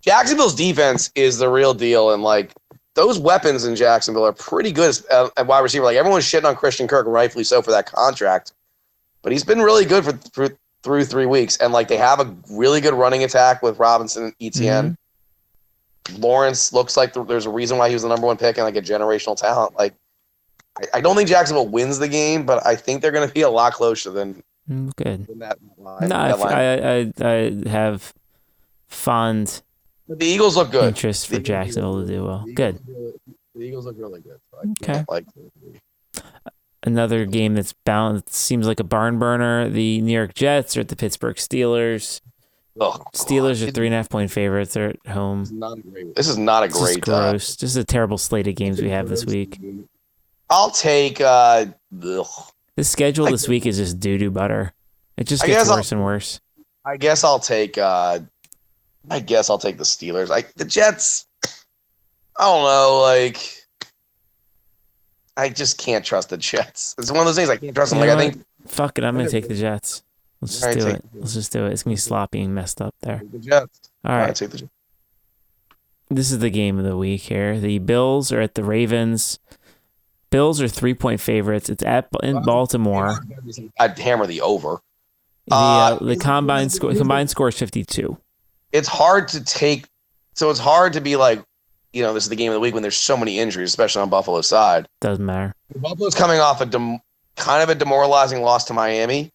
Speaker 3: Jacksonville's defense is the real deal, and like those weapons in Jacksonville are pretty good at, at wide receiver. Like everyone's shitting on Christian Kirk, and rightfully so for that contract, but he's been really good for through, through three weeks, and like they have a really good running attack with Robinson and Etienne.
Speaker 2: Mm-hmm.
Speaker 3: Lawrence looks like th- there's a reason why he was the number one pick and like a generational talent. Like I, I don't think Jacksonville wins the game, but I think they're going to be a lot closer than,
Speaker 2: Mm, Good.
Speaker 3: than that line.
Speaker 2: No, I,
Speaker 3: that line.
Speaker 2: I, I, I have fond
Speaker 3: But the Eagles look good.
Speaker 2: interest for
Speaker 3: The Eagles
Speaker 2: Jacksonville to
Speaker 3: look
Speaker 2: do well.
Speaker 3: The
Speaker 2: Good.
Speaker 3: Eagles really- The Eagles look really good. So I
Speaker 2: Okay.
Speaker 3: can't, Like,
Speaker 2: Another game that's balanced seems like a barn burner. The New York Jets are at the Pittsburgh Steelers.
Speaker 3: oh,
Speaker 2: Steelers
Speaker 3: God.
Speaker 2: are three and a half point favorites. They're at home.
Speaker 3: This is not a great. This is not a
Speaker 2: This is
Speaker 3: great. uh,
Speaker 2: gross. This is a terrible slate of games we have this week.
Speaker 3: I'll take. uh ugh.
Speaker 2: This schedule
Speaker 3: I-
Speaker 2: this week is just doo doo butter. It just
Speaker 3: I
Speaker 2: gets
Speaker 3: guess I'll-
Speaker 2: worse and worse.
Speaker 3: I guess I'll take. uh I guess I'll take the Steelers. Like the Jets. I don't know. Like. I just can't trust the Jets. It's one of those things I can't trust them.
Speaker 2: You
Speaker 3: Like I
Speaker 2: know what?
Speaker 3: think
Speaker 2: Fuck it, I'm gonna
Speaker 3: Yeah.
Speaker 2: take the Jets. Let's just
Speaker 3: Alright,
Speaker 2: do
Speaker 3: take
Speaker 2: it.
Speaker 3: the
Speaker 2: Let's just do it. It's gonna be sloppy and messed up there.
Speaker 3: the Jets.
Speaker 2: All
Speaker 3: I
Speaker 2: right,
Speaker 3: take the Jets.
Speaker 2: this is the game of the week here. The Bills are at the Ravens. Bills are three point favorites. It's at in
Speaker 3: Wow.
Speaker 2: Baltimore.
Speaker 3: I'd hammer the over.
Speaker 2: The, uh,
Speaker 3: Uh,
Speaker 2: the
Speaker 3: is-
Speaker 2: combined
Speaker 3: is-
Speaker 2: score
Speaker 3: is-
Speaker 2: combined score is fifty two.
Speaker 3: it's hard to take so it's hard to be like you know this is the game of the week when there's so many injuries especially on buffalo's side
Speaker 2: Doesn't matter.
Speaker 3: buffalo's coming off a dem- kind of a demoralizing loss to miami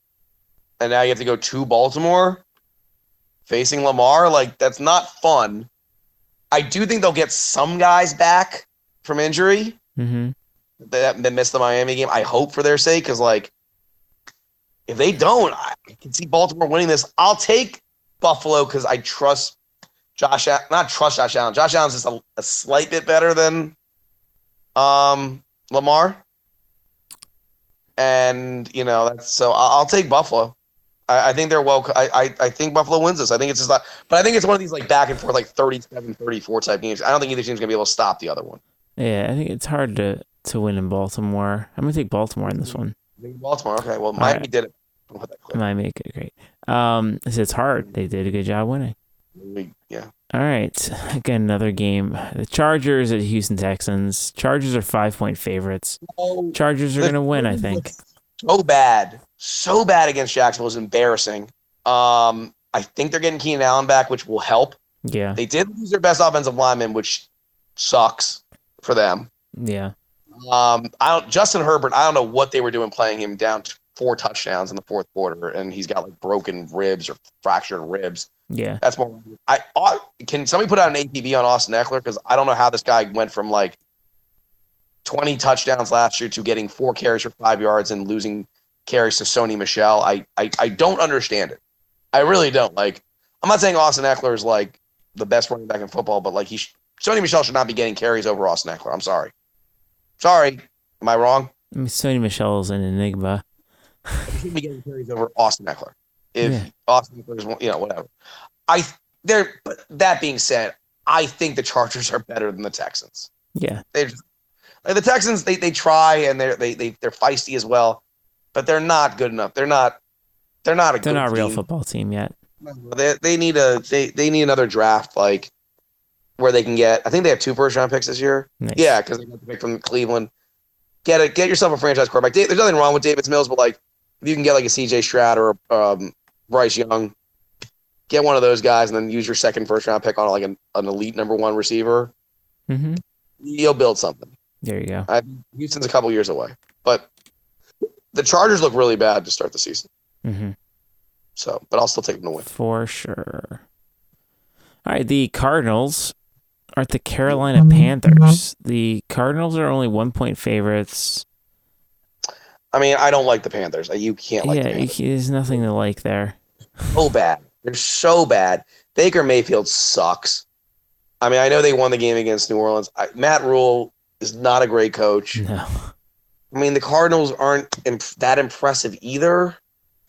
Speaker 3: and now you have to go to baltimore facing lamar like that's not fun i do think they'll get some guys back from injury
Speaker 2: hmm
Speaker 3: that, that missed the miami game i hope for their sake because like if they don't i I can see baltimore winning this i'll take buffalo because i trust Josh, Al- not trust Josh Allen. Josh Allen's just a, a slight bit better than um, Lamar, and you know that's so. I'll, I'll take Buffalo. I, I think they're well. I, I I think Buffalo wins this. I think it's just not, but I think it's one of these like back and forth, like 37-34 type games. I don't think either team's gonna be able to stop the other one.
Speaker 2: Yeah, I think it's hard to to win in Baltimore. I'm gonna take Baltimore in this one.
Speaker 3: I think Baltimore. Okay, well Miami
Speaker 2: right.
Speaker 3: did it. I'll put that clip.
Speaker 2: Miami, good, great. Um, I said it's hard. They did a good job winning.
Speaker 3: We- Yeah,
Speaker 2: All right, again another game. The Chargers at Houston Texans. Chargers are five point favorites.
Speaker 3: so,
Speaker 2: Chargers are
Speaker 3: The
Speaker 2: gonna win, I
Speaker 3: Chargers
Speaker 2: think.
Speaker 3: so bad, so bad against Jacksonville is embarrassing. Um, I think they're getting Keenan Allen back, which will help.
Speaker 2: Yeah,
Speaker 3: They did lose their best offensive lineman, which sucks for them.
Speaker 2: yeah.
Speaker 3: Um, I don't, Justin Herbert, I don't know what they were doing playing him down to four touchdowns in the fourth quarter, and he's got like broken ribs or fractured ribs.
Speaker 2: Yeah.
Speaker 3: That's more. I ought, can somebody put out an ATV on Austin Eckler because I don't know how this guy went from like twenty touchdowns last year to getting four carries for five yards and losing carries to Sony Michelle. I I, I don't understand it. I really don't. Like I'm not saying Austin Eckler is like the best running back in football, but like he sh- Sony Michelle should not be getting carries over Austin Eckler. I'm sorry. Sorry, am I wrong?
Speaker 2: I mean, Sony Michelle's an enigma.
Speaker 3: He shouldn't be getting carries over Austin Eckler. If
Speaker 2: Yeah.
Speaker 3: Austin Eckler is, one- you know, whatever. I there. But that being said, I think the Chargers are better than the Texans.
Speaker 2: Yeah,
Speaker 3: They just like the Texans. They they try and they're they they they're feisty as well, but they're not good enough. They're not. They're not a.
Speaker 2: they're
Speaker 3: good
Speaker 2: not a real
Speaker 3: team.
Speaker 2: football team yet.
Speaker 3: They they need a they they need another draft like where they can get. I think they have two first round picks this year.
Speaker 2: Nice.
Speaker 3: Yeah, because they got the pick from Cleveland. Get it. Get yourself a franchise quarterback. Da- There's nothing wrong with David Mills, but like if you can get like a CJ Stroud or um, Bryce Young, get one of those guys, and then use your second first round pick on like an, an elite number one receiver.
Speaker 2: hmm
Speaker 3: You'll build something.
Speaker 2: There you go.
Speaker 3: I, Houston's a couple years away, but the Chargers look really bad to start the season.
Speaker 2: hmm
Speaker 3: So, but I'll still take them to win.
Speaker 2: For sure. All right, the Cardinals are at the Carolina Panthers. The Cardinals are only one point favorites.
Speaker 3: I mean, I don't like the Panthers. You can't like the
Speaker 2: yeah, you,
Speaker 3: Panthers.
Speaker 2: ca- there's nothing to like there.
Speaker 3: so bad. They're so bad. Baker Mayfield sucks. I mean, I know they won the game against New Orleans. I, Matt Rule is not a great coach.
Speaker 2: No.
Speaker 3: I mean, the Cardinals aren't imp- that impressive either,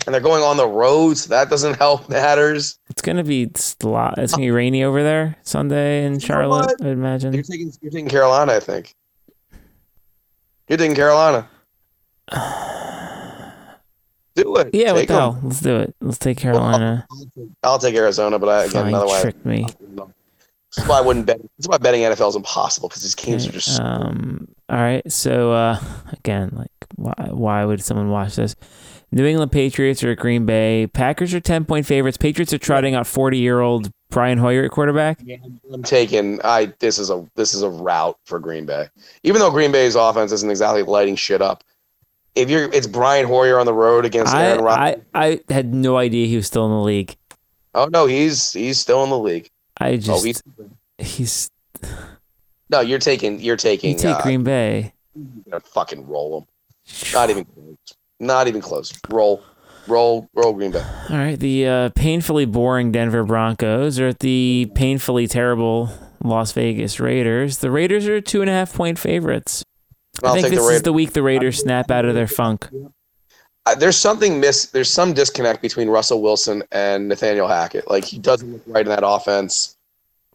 Speaker 3: and they're going on the road, so that doesn't help matters.
Speaker 2: It's gonna be slot. It's gonna be rainy over there Sunday in Charlotte. I
Speaker 3: You're
Speaker 2: imagine.
Speaker 3: taking you're taking Carolina, I think. You're taking Carolina. Do it.
Speaker 2: Yeah, what
Speaker 3: Take
Speaker 2: the
Speaker 3: 'em.
Speaker 2: hell? Let's do it. Let's take Carolina.
Speaker 3: I'll take- I'll take Arizona, but I, again,
Speaker 2: Fine,
Speaker 3: another way.
Speaker 2: tricked me.
Speaker 3: That's why I wouldn't bet. That's why betting NFL is impossible because these games are
Speaker 2: Okay,
Speaker 3: just.
Speaker 2: Um. All right. So uh, again, like, why why would someone watch this? New England Patriots or Green Bay Packers are ten point favorites. Patriots are trotting out forty year old Brian Hoyer at quarterback.
Speaker 3: I'm taking. I this is a this is a route for Green Bay. Even though Green Bay's offense isn't exactly lighting shit up, if you're it's Brian Hoyer on the road against
Speaker 2: I,
Speaker 3: Aaron Rodgers.
Speaker 2: I I had no idea he was still in the league.
Speaker 3: Oh no, he's he's still in the league.
Speaker 2: I
Speaker 3: oh,
Speaker 2: just
Speaker 3: he's,
Speaker 2: he's
Speaker 3: no, you're taking you're
Speaker 2: you
Speaker 3: taking.
Speaker 2: take
Speaker 3: uh,
Speaker 2: Green Bay.
Speaker 3: you're gonna fucking roll him. Not even close. Not even close. Roll, roll, roll. Green Bay.
Speaker 2: All right, the uh, painfully boring Denver Broncos are at the painfully terrible Las Vegas Raiders. The Raiders are two and a half point favorites.
Speaker 3: And I'll
Speaker 2: I think
Speaker 3: take
Speaker 2: this
Speaker 3: the
Speaker 2: is
Speaker 3: Raiders.
Speaker 2: the week the Raiders snap out of their funk.
Speaker 3: Uh, there's something miss. There's some disconnect between Russell Wilson and Nathaniel Hackett. Like he doesn't look right in that offense.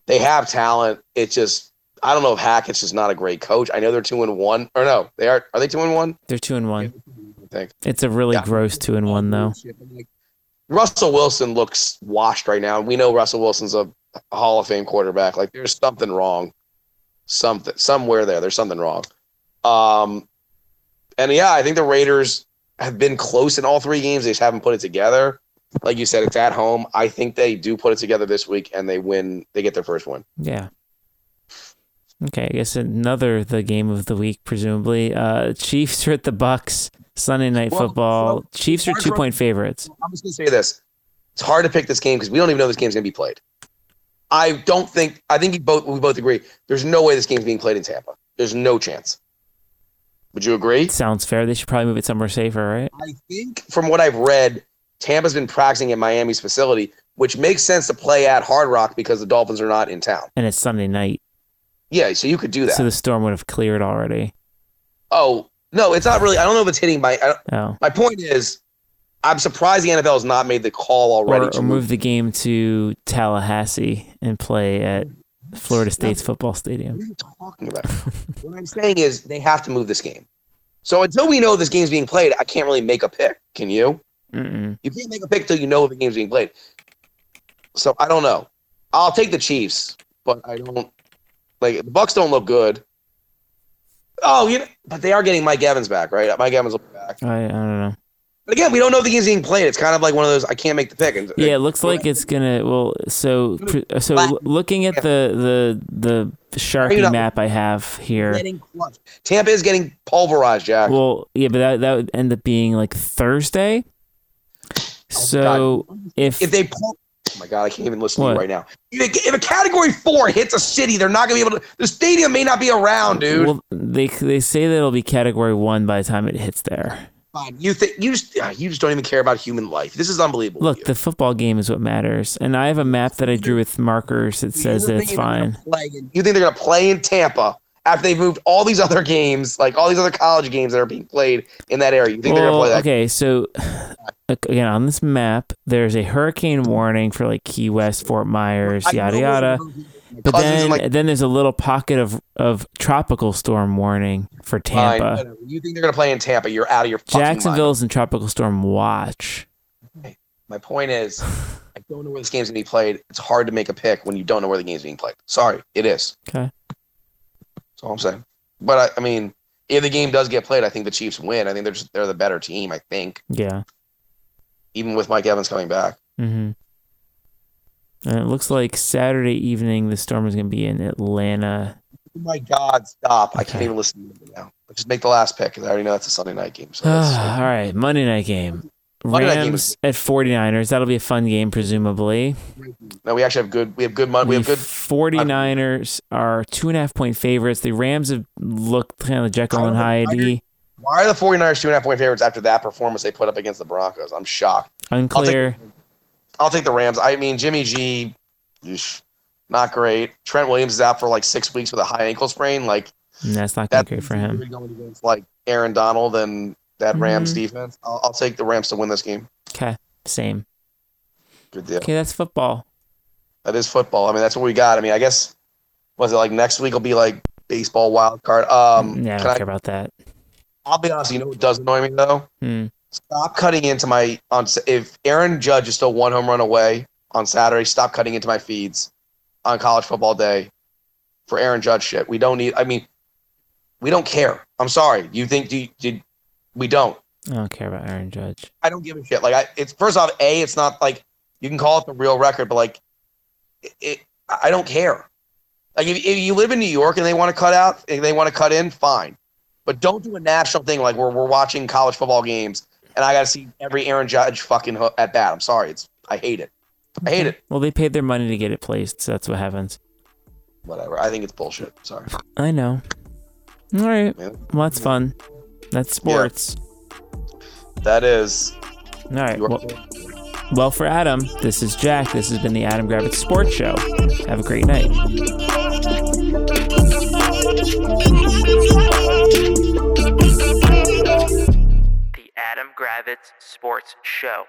Speaker 3: They have talent. It just I don't know if Hackett's just not a great coach. I know they're two and one or no, they are. Are they two and one?
Speaker 2: They're two and one.
Speaker 3: I think.
Speaker 2: It's a really
Speaker 3: Yeah.
Speaker 2: gross two and one though.
Speaker 3: Russell Wilson looks washed right now. We know Russell Wilson's a Hall of Fame quarterback. Like there's something wrong. Something somewhere there. There's something wrong. Um and yeah, I think the Raiders have been close in all three games. They just haven't put it together. Like you said, it's at home. I think they do put it together this week and they win they get their first win.
Speaker 2: Yeah. Okay, I guess another the game of the week presumably. Uh, Chiefs are at the Bucks. Sunday night
Speaker 3: Well,
Speaker 2: football.
Speaker 3: well,
Speaker 2: Chiefs are
Speaker 3: Chargers
Speaker 2: two
Speaker 3: are-
Speaker 2: point favorites.
Speaker 3: I'm just gonna say this. It's hard to pick this game because we don't even know this game's gonna be played. I don't think I think you both we both agree. There's no way this game's being played in Tampa. There's no chance. Would you agree?
Speaker 2: Sounds fair. They should probably move it somewhere safer, right?
Speaker 3: I think from what I've read, Tampa's been practicing at Miami's facility, which makes sense to play at Hard Rock because the Dolphins are not in town.
Speaker 2: And it's Sunday night,
Speaker 3: Yeah, so you could do that.
Speaker 2: so the storm would have cleared already.
Speaker 3: oh no, it's not really. I don't know if it's hitting my. I, don't-
Speaker 2: Oh,
Speaker 3: my point is, I'm surprised the NFL has not made the call already.
Speaker 2: or,
Speaker 3: to
Speaker 2: or move the game to Tallahassee and play at Florida State's football
Speaker 3: What
Speaker 2: stadium.
Speaker 3: are you talking about? what I'm saying is they have to move this game. So until we know this game's being played, I can't really make a pick. Can you?
Speaker 2: Mm-mm.
Speaker 3: You can't make a pick till you know if the game's being played. So I don't know. I'll take the Chiefs, but I don't like the Bucks. Don't look good. Oh, you know, but they are getting Mike Evans back, right? Mike Evans will be back.
Speaker 2: I, I don't know.
Speaker 3: But again, we don't know if the game's being played. It's kind of like one of those I can't make the pick. And,
Speaker 2: Yeah, it looks like it's gonna. Well, so so
Speaker 3: Black-
Speaker 2: looking at the the the
Speaker 3: Are you
Speaker 2: Sharpie
Speaker 3: not-
Speaker 2: map I have here.
Speaker 3: getting crushed. Tampa is getting pulverized, Jack.
Speaker 2: Well, yeah, but that that would end up being like Thursday. So if
Speaker 3: Oh if they pull, oh my god, I can't even listen to
Speaker 2: What?
Speaker 3: you right now. If, if a category four hits a city, they're not gonna be able to. The stadium may not be around, dude.
Speaker 2: well, they they say that it'll be Category One by the time it hits there.
Speaker 3: Fine. You think you just ah, you just don't even care about human life. This is unbelievable.
Speaker 2: Look,
Speaker 3: You.
Speaker 2: the football game is what matters, and I have a map that I drew with markers that
Speaker 3: You
Speaker 2: says that
Speaker 3: think
Speaker 2: it's
Speaker 3: they're gonna
Speaker 2: fine.
Speaker 3: play in- you think they're gonna play in Tampa after they've moved all these other games, like all these other college games that are being played in that area? You think they're gonna
Speaker 2: Well,
Speaker 3: play that?
Speaker 2: okay, so again on this map, there's a hurricane warning for like Key West, Fort Myers,
Speaker 3: I know
Speaker 2: yada
Speaker 3: where
Speaker 2: yada.
Speaker 3: they're moving. My
Speaker 2: But
Speaker 3: cousins
Speaker 2: then,
Speaker 3: and, like,
Speaker 2: then there's a little pocket of of tropical storm warning for
Speaker 3: fine,
Speaker 2: Tampa.
Speaker 3: whatever. You think they're gonna play in Tampa? You're out of your fucking mind.
Speaker 2: Jacksonville's in tropical storm watch.
Speaker 3: My point is, I don't know where this game's gonna be played. It's hard to make a pick when you don't know where the game's being played. Sorry, it is.
Speaker 2: Okay.
Speaker 3: That's all I'm saying. But I, I mean, if the game does get played, I think the Chiefs win. I think they're just, they're the better team. I think
Speaker 2: Yeah.
Speaker 3: even with Mike Evans coming back,
Speaker 2: Mm-hmm. And it looks like Saturday evening the storm is going to be in Atlanta.
Speaker 3: oh my God, stop! I can't
Speaker 2: Okay.
Speaker 3: even listen to you now. Just make the last pick because I already know that's a Sunday night game. So
Speaker 2: Ah, All
Speaker 3: it's-
Speaker 2: right, Monday night game.
Speaker 3: Monday night game
Speaker 2: Rams
Speaker 3: is-
Speaker 2: at 49ers. That'll be a fun game, presumably.
Speaker 3: no, we actually have good. We have good money. We
Speaker 2: the
Speaker 3: have good.
Speaker 2: 49ers are two and a half point favorites. The Rams have looked kind of Jekyll and
Speaker 3: I don't know.
Speaker 2: Hyde.
Speaker 3: Why are the 49ers two and a half point favorites after that performance they put up against the Broncos? I'm shocked.
Speaker 2: Unclear.
Speaker 3: I'll take the Rams. I mean, Jimmy G, eesh, not great. Trent Williams is out for like six weeks with a high ankle sprain. Like,
Speaker 2: And that's not
Speaker 3: That's
Speaker 2: great for him. Mm-hmm.
Speaker 3: Going against like Aaron Donald and that Rams defense. I'll, I'll take the Rams to win this game.
Speaker 2: Okay, same.
Speaker 3: Good deal.
Speaker 2: Okay, that's football.
Speaker 3: That is football. I mean, that's what we got. I mean, I guess was it like next week will be like baseball wild card. Um,
Speaker 2: yeah, I
Speaker 3: can
Speaker 2: don't
Speaker 3: I,
Speaker 2: care about that.
Speaker 3: I'll be honest. You know what does annoy me though?
Speaker 2: Hmm.
Speaker 3: Stop cutting into my on. If Aaron Judge is still one home run away on Saturday, stop cutting into my feeds on College Football Day for Aaron Judge shit. We don't need. I mean, we don't care. I'm sorry. You think? Do you, did we don't?
Speaker 2: I don't care about Aaron Judge.
Speaker 3: I don't give a shit. Like, I, it's first off, a, it's not like you can call it the real record, but like, it, it I don't care. Like, if, if you live in New York and they want to cut out, if they want to cut in, fine. But don't do a national thing like where we're watching college football games and I got to see every Aaron Judge fucking ho- at bat. I'm sorry, it's I hate it. I hate it.
Speaker 2: Well, they paid their money to get it placed, so that's what happens.
Speaker 3: Whatever. I think it's bullshit. Sorry.
Speaker 2: I know. All right.
Speaker 3: Yeah.
Speaker 2: Well, that's fun. That's sports.
Speaker 3: That is.
Speaker 2: All right.
Speaker 3: Your-
Speaker 2: Well, well, for Adam, this is Jack. This has been the Adam Gravitz Sports Show. Have a great night.
Speaker 1: The Adam Gravitz Sports Show.